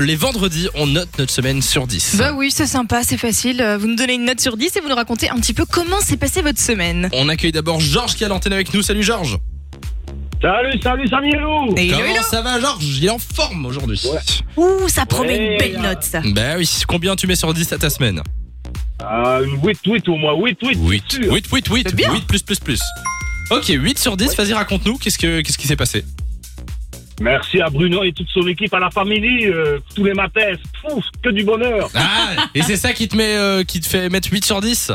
Les vendredis, on note notre semaine sur 10. Bah oui, c'est sympa, c'est facile. Euh, Vous nous donnez une note sur 10 et vous nous racontez un petit peu comment s'est passée votre semaine. On accueille d'abord Georges qui a l'antenne avec nous. Salut Georges Salut, salut Samiro Et Comment hello, hello. ça va Georges Il est en forme aujourd'hui. Ouh, ça promet Ouais, une belle là. note ça. Bah oui, combien tu mets sur 10 à ta semaine Ah, Une 8, 8 au moins, 8, 8, 8. 8, 8, 8. C'est bien. 8 plus plus plus. Ok, 8 sur 10, vas-y raconte-nous, qu'est-ce, que, qu'est-ce qui s'est passé Merci à Bruno et toute son équipe, à la famille, euh, tous les matins, pouf, que du bonheur Ah, et c'est ça qui te, met, euh, qui te fait mettre 8 sur 10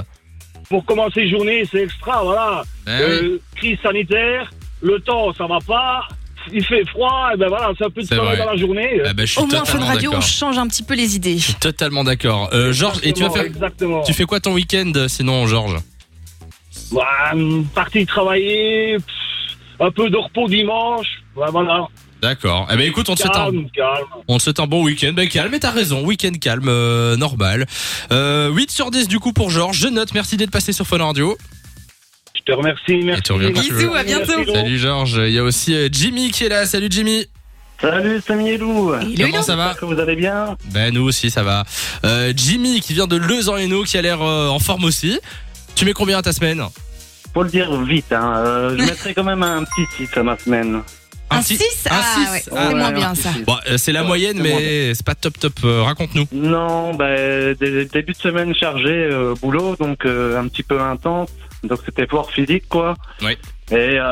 Pour commencer journée, c'est extra, voilà Ah oui, Euh, Crise sanitaire, le temps, ça va pas, il fait froid, et ben voilà, c'est un peu de C'est soleil vrai. dans la journée. Ah bah, je suis Au moins, Fun totalement Radio, on d'accord. change un petit peu les idées. Je suis totalement d'accord. Euh, Georges, et tu vas Exactement, faire... Exactement. Tu fais quoi ton week-end sinon Georges Bah, hum, parti travailler, pff, un peu de repos dimanche, bah, voilà, D'accord. Eh ben écoute, on te souhaite un calme, calme. On te souhaite un bon week-end. Ben, calme, et t'as raison. Week-end calme, euh, normal. Euh, 8 sur 10 du coup pour Georges. Je note. Merci d'être passé sur Fun Radio. Je te remercie, merci. tu reviens quand tu veux. Bisous, à bientôt. Merci, Salut Georges. Il y a aussi euh, Jimmy qui est là. Salut Jimmy. Salut Samy et Lou Hello, Comment hello. ça va J'espère que vous allez bien Ben nous aussi ça va. Euh, Jimmy qui vient de Lezan-Hainaut qui a l'air euh, en forme aussi. Tu mets combien à ta semaine Faut le dire vite, hein. euh, je mettrai quand même un petit 6 à ma semaine. Un petit- 6 Ah six ouais, c'est Ah, moins ouais, bien un ça. petit six. Bon, euh, c'est la Ouais, moyenne c'est moins mais c'est pas top top. Euh, Raconte-nous. Non, bah, des, début de semaine chargé euh, boulot, donc euh, un petit peu intense. Donc c'était fort physique, quoi. Oui. Et euh,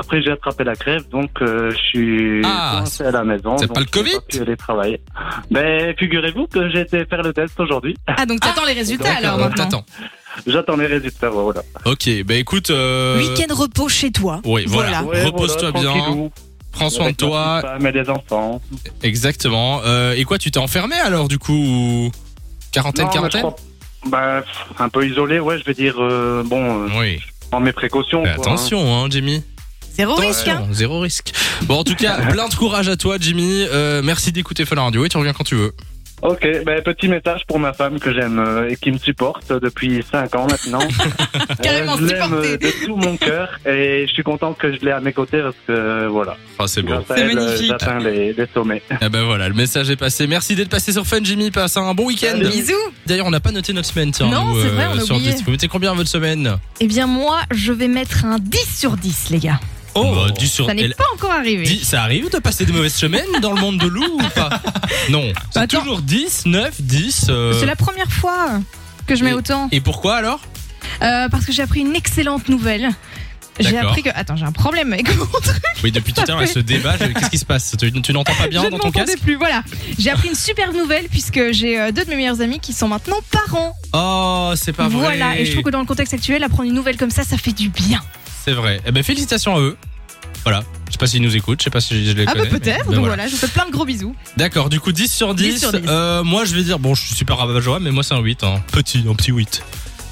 après j'ai attrapé la crève, donc euh, je suis Ah, coincé à la maison. c'est donc pas le j'ai Covid pu aller travailler. Ben figurez-vous que j'ai été faire le test aujourd'hui. Ah, donc t'attends les résultats alors D'accord, euh, maintenant. T'attends. J'attends les résultats, voilà. Ok. Ben écoute. euh, Oh, Week-end repos chez toi. Oui, Ah. voilà. Ouais, Repose-toi voilà, bien. tranquillou, Prends soin de avec ma toi. petite femme et les enfants. Exactement. Euh, et quoi, tu t'es enfermé alors du coup ou- Quarantaine, Non, mais je quarantaine crois- bah, pff, un peu isolé, ouais, je vais dire, euh, bon, euh, Oui. je prends mes précautions. Mais quoi, Mm. attention, hein, Jimmy. Zéro risque, hein. Attention, zéro risque. Bon, en tout cas, plein de courage à toi, Jimmy. Euh, merci d'écouter Fun Radio et tu reviens quand tu veux. hein. Ok, bah, petit message pour ma femme que j'aime euh, et qui me supporte depuis 5 ans maintenant. Euh, Carrément je l'aime supportée. euh, de tout mon cœur et je suis content que je l'ai à mes côtés parce que, euh, voilà, Ah, c'est bon. grâce à C'est elle, euh, magnifique. j'atteins les, les sommets. Ah ben voilà, le message est passé. Merci d'être passé sur Fun, Jimmy. Passe un bon week-end. Salut. Bisous. D'ailleurs, on n'a pas noté notre semaine, tiens. Non, nous, euh, c'est vrai, on a sur oublié. 10. Vous mettez combien à votre semaine Eh bien, moi, je vais mettre un 10 sur 10, les gars. Oh, bah, 10 sur Ça n'est elle- pas encore arrivé. 10, ça arrive de passer de mauvaises semaines dans le monde de loup ou pas Non. C'est Bah, Attends. toujours 10, 9, 10. euh, C'est la première fois que je mets et- autant. Et pourquoi alors Euh, parce que j'ai appris une excellente nouvelle. J'ai D'accord. appris que. Attends, j'ai un problème avec mon Oui, depuis tout à l'heure, elle se débat. Je- Qu'est-ce qui se passe Tu, tu n'entends pas bien je dans ne ton m'entendais casque plus, voilà. J'ai appris une super nouvelle puisque j'ai euh, deux de mes meilleurs amis qui sont maintenant parents. Oh, c'est pas vrai. voilà, et je trouve que dans le contexte actuel, apprendre une nouvelle comme ça, ça fait du bien. Ah C'est vrai. Eh ben, félicitations à eux. Voilà. Je sais pas s'ils nous écoutent, je sais pas si je les Ah bah connais. mais- peut-être, ben donc voilà. voilà, je vous fais plein de gros bisous. D'accord, du coup 10 sur 10. 10 sur 10. Euh, moi je vais dire, bon je suis super rabat joie, mais moi c'est un 8. hein. Petit, un petit 8.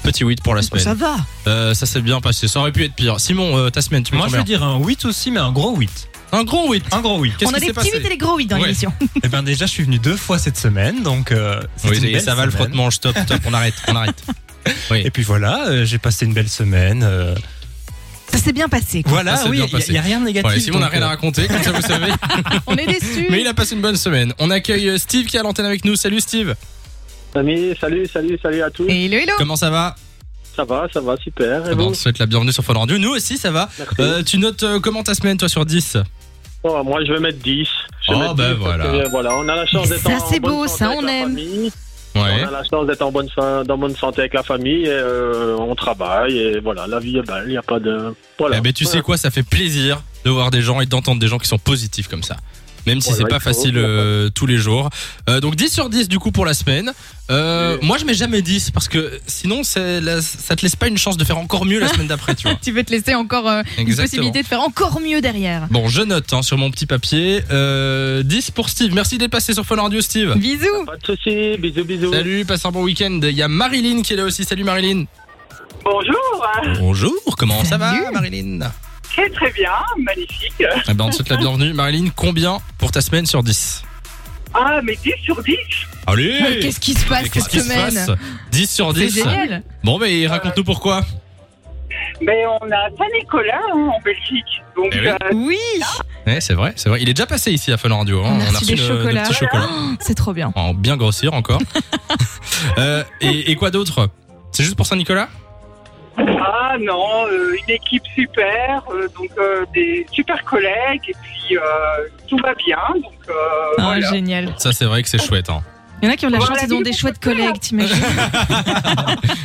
Petit 8 pour la semaine. Ah, Ça va. Euh, ça s'est bien passé, ça aurait pu être pire. Simon, euh, ta semaine, tu mets Moi, je Ah, combien vais dire un 8 aussi, mais un gros 8. Un gros 8. Un gros 8. Qu'est-ce On a qui des s'est petits passé vides et des gros vides dans Ouais. l'émission. Eh ben déjà, je suis venu deux fois cette semaine, donc euh, c'est Oui, une et belle ça va le semaine. frottement, stop, stop, on arrête, on arrête. Et puis voilà, euh, j'ai passé une belle semaine. euh, Ça s'est bien passé. quoi. voilà, s'est oui, Ah, bien il passé. n'y a, rien de négatif. Ouais, Simon n'a donc, rien à euh, raconter, comme ça vous savez. On est déçus. Mais il a passé une bonne semaine. On accueille euh, Steve qui est à l'antenne avec nous. Salut Steve, Samy, salut, salut, salut à tous. Hello, hello. comment ça va Ça va, ça va, super. Ça Et va, vous on te souhaite la bienvenue sur Fun Radio. Nous aussi, ça va. Merci. Euh, tu notes euh, comment ta semaine, toi, sur 10 Oh, moi, je vais mettre 10. Je vais Oh, mettre bah, 10, parce voilà. que, euh, voilà. On a la chance Mais d'être ça, en c'est bonne beau, santé ça, avec on la aime. famille. On a la chance d'être en bonne, fin- dans bonne santé avec la famille. Et, euh, on travaille et voilà, la vie est belle. Il n'y a pas de. Voilà. Eh ben, tu sais quoi, ça fait plaisir de voir des gens et d'entendre des gens qui sont positifs comme ça. Même si Voilà, c'est pas il faut- facile euh, tous les jours. Euh, donc 10 sur 10 du coup pour la semaine. Euh, Moi je mets jamais 10 parce que sinon c'est la- ça te laisse pas une chance de faire encore mieux la semaine d'après, tu vois. Tu veux te laisser encore euh, une Exactement. possibilité de faire encore mieux derrière. Bon, je note hein, sur mon petit papier. Euh, 10 pour Steve. Merci d'être passé sur Fun Radio, Steve. Bisous. Pas de soucis. Bisous, bisous. ben, Salut, passe un bon week-end. Il y a Marilyn qui est là aussi. Salut Marilyn. Bonjour. Bonjour, comment ça va Salut. Marilyn Très très bien, magnifique. Eh ben, on te souhaite la bienvenue. Marilyn, combien pour ta semaine sur 10 Ah, mais 10 sur 10 Allez Mais Qu'est-ce qui se passe Mais cette qu'est-ce qui se semaine passe 10 sur C'est 10. génial. Bon, mais raconte-nous pourquoi. Mais on a Saint-Nicolas hein, en Belgique. Donc, Eh oui. euh, Oui. Ouais, c'est vrai, c'est vrai. Il est déjà passé ici à Fun Radio. hein. On a reçu des le- chocolats. petits chocolats. C'est trop bien. En bien grossir encore. Euh, et, et quoi d'autre C'est juste pour Saint-Nicolas Ah non, euh, une équipe super, euh, donc euh, des super collègues, et puis euh, tout va bien. Donc, euh, Ah, voilà. Génial. Ça, c'est vrai que c'est chouette. Hein. Il y en a qui ont de la Voilà, chance, ils ont dis-nous des chouettes collègues, t'imagines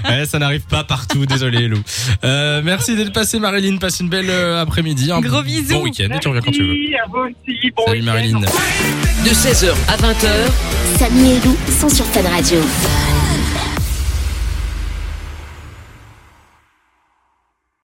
Ouais, ça n'arrive pas partout, désolé Lou. Euh, merci d'être passé Marilyn, passe une belle euh, après-midi, un Gros bisous. bon week-end et tu reviens quand tu veux. Merci à vous aussi. Bon Salut week-end. Marilyn. De 16h à 20h, Samy et Lou sont sur Fun Radio.